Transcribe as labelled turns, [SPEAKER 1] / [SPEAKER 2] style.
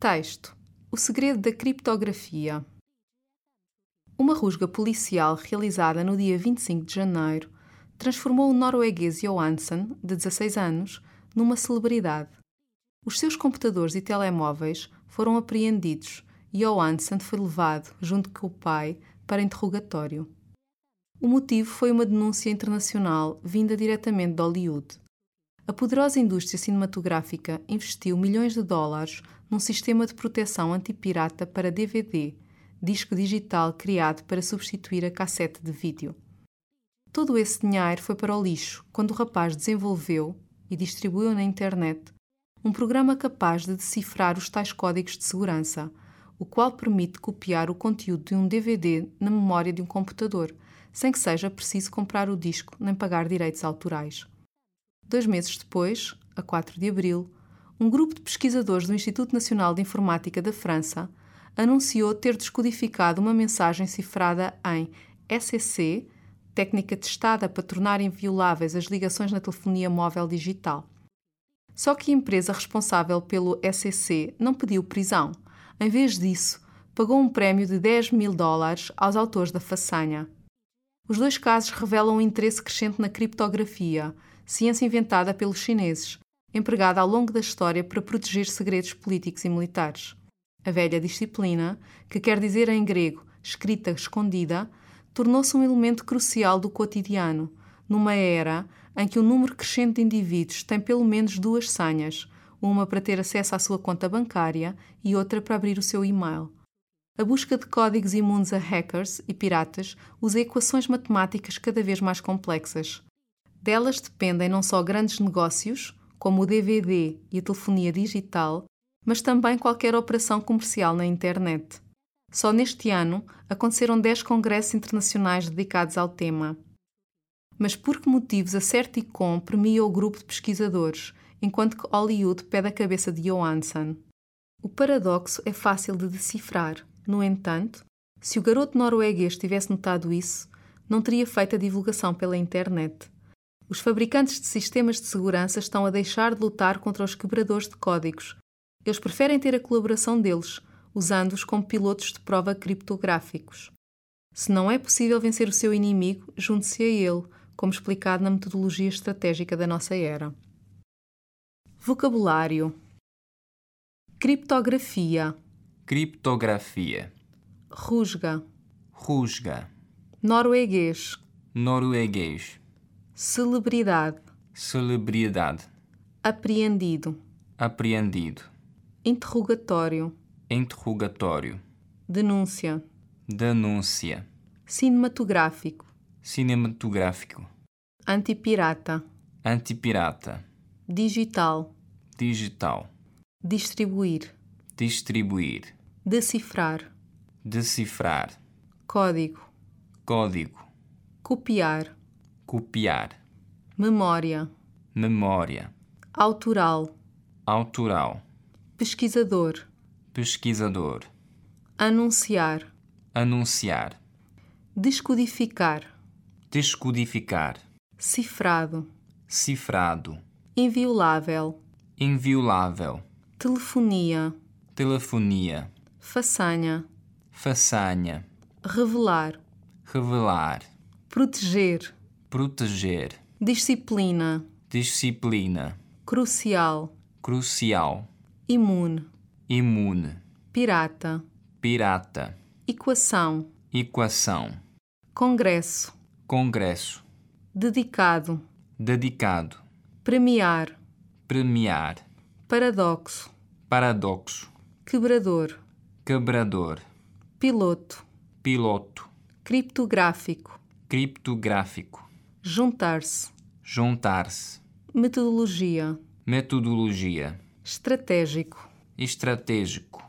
[SPEAKER 1] Texto: O segredo da criptografia. Uma rusga policial realizada no dia 25 de janeiro transformou o norueguês Johansen, de 16 anos, numa celebridade. Os seus computadores e telemóveis foram apreendidos e Johansen foi levado, junto com o pai, para interrogatório. O motivo foi uma denúncia internacional vinda diretamente de Hollywood. A poderosa indústria cinematográfica investiu milhões de dólares num sistema de proteção antipirata para DVD, disco digital criado para substituir a cassete de vídeo. Todo esse dinheiro foi para o lixo quando o rapaz desenvolveu e distribuiu na internet um programa capaz de decifrar os tais códigos de segurança, o qual permite copiar o conteúdo de um DVD na memória de um computador, sem que seja preciso comprar o disco nem pagar direitos autorais. Dois meses depois, a 4 de abril, um grupo de pesquisadores do Instituto Nacional de Informática da França anunciou ter descodificado uma mensagem cifrada em SEC, técnica testada para tornar invioláveis as ligações na telefonia móvel digital. Só que a empresa responsável pelo SEC não pediu prisão. Em vez disso, pagou um prémio de 10 mil dólares aos autores da façanha. Os dois casos revelam um interesse crescente na criptografia, ciência inventada pelos chineses, empregada ao longo da história para proteger segredos políticos e militares. A velha disciplina, que quer dizer em grego escrita escondida, tornou-se um elemento crucial do cotidiano, numa era em que o um número crescente de indivíduos tem pelo menos duas senhas, uma para ter acesso à sua conta bancária e outra para abrir o seu e-mail. A busca de códigos imunes a hackers e piratas usa equações matemáticas cada vez mais complexas. Delas dependem não só grandes negócios, como o DVD e a telefonia digital, mas também qualquer operação comercial na internet. Só neste ano aconteceram 10 congressos internacionais dedicados ao tema. Mas por que motivos a Certicom premia o grupo de pesquisadores, enquanto que Hollywood pede a cabeça de Johansson? O paradoxo é fácil de decifrar. No entanto, se o garoto norueguês tivesse notado isso, não teria feito a divulgação pela internet. Os fabricantes de sistemas de segurança estão a deixar de lutar contra os quebradores de códigos. Eles preferem ter a colaboração deles, usando-os como pilotos de prova criptográficos. Se não é possível vencer o seu inimigo, junte-se a ele, como explicado na metodologia estratégica da nossa era. Vocabulário: Criptografia,
[SPEAKER 2] criptografia,
[SPEAKER 1] Rusga,
[SPEAKER 2] rusga,
[SPEAKER 1] Norueguês,
[SPEAKER 2] norueguês,
[SPEAKER 1] Celebridade,
[SPEAKER 2] celebridade,
[SPEAKER 1] Apreendido,
[SPEAKER 2] apreendido,
[SPEAKER 1] Interrogatório,
[SPEAKER 2] interrogatório,
[SPEAKER 1] Denúncia,
[SPEAKER 2] denúncia,
[SPEAKER 1] Cinematográfico,
[SPEAKER 2] cinematográfico,
[SPEAKER 1] Antipirata,
[SPEAKER 2] antipirata,
[SPEAKER 1] Digital,
[SPEAKER 2] digital,
[SPEAKER 1] Distribuir,
[SPEAKER 2] distribuir,
[SPEAKER 1] Decifrar,
[SPEAKER 2] decifrar,
[SPEAKER 1] Código,
[SPEAKER 2] código,
[SPEAKER 1] Copiar,
[SPEAKER 2] copiar,
[SPEAKER 1] Memória,
[SPEAKER 2] memória,
[SPEAKER 1] Autoral,
[SPEAKER 2] autoral,
[SPEAKER 1] Pesquisador,
[SPEAKER 2] pesquisador,
[SPEAKER 1] Anunciar,
[SPEAKER 2] anunciar,
[SPEAKER 1] Descodificar,
[SPEAKER 2] descodificar,
[SPEAKER 1] Cifrado,
[SPEAKER 2] cifrado,
[SPEAKER 1] Inviolável,
[SPEAKER 2] inviolável,
[SPEAKER 1] Telefonia,
[SPEAKER 2] telefonia,
[SPEAKER 1] Façanha,
[SPEAKER 2] façanha,
[SPEAKER 1] Revelar,
[SPEAKER 2] revelar,
[SPEAKER 1] Proteger,
[SPEAKER 2] proteger,
[SPEAKER 1] Disciplina,
[SPEAKER 2] disciplina,
[SPEAKER 1] Crucial,
[SPEAKER 2] crucial,
[SPEAKER 1] Imune,
[SPEAKER 2] imune,
[SPEAKER 1] Pirata,
[SPEAKER 2] pirata,
[SPEAKER 1] Equação,
[SPEAKER 2] equação,
[SPEAKER 1] Congresso,
[SPEAKER 2] congresso,
[SPEAKER 1] Dedicado,
[SPEAKER 2] dedicado,
[SPEAKER 1] Premiar,
[SPEAKER 2] premiar,
[SPEAKER 1] Paradoxo,
[SPEAKER 2] paradoxo,
[SPEAKER 1] Quebrador,
[SPEAKER 2] quebrador,
[SPEAKER 1] Piloto,
[SPEAKER 2] piloto,
[SPEAKER 1] Criptográfico,
[SPEAKER 2] criptográfico,
[SPEAKER 1] Juntar-se,
[SPEAKER 2] juntar-se,
[SPEAKER 1] Metodologia,
[SPEAKER 2] metodologia,
[SPEAKER 1] Estratégico.
[SPEAKER 2] estratégico.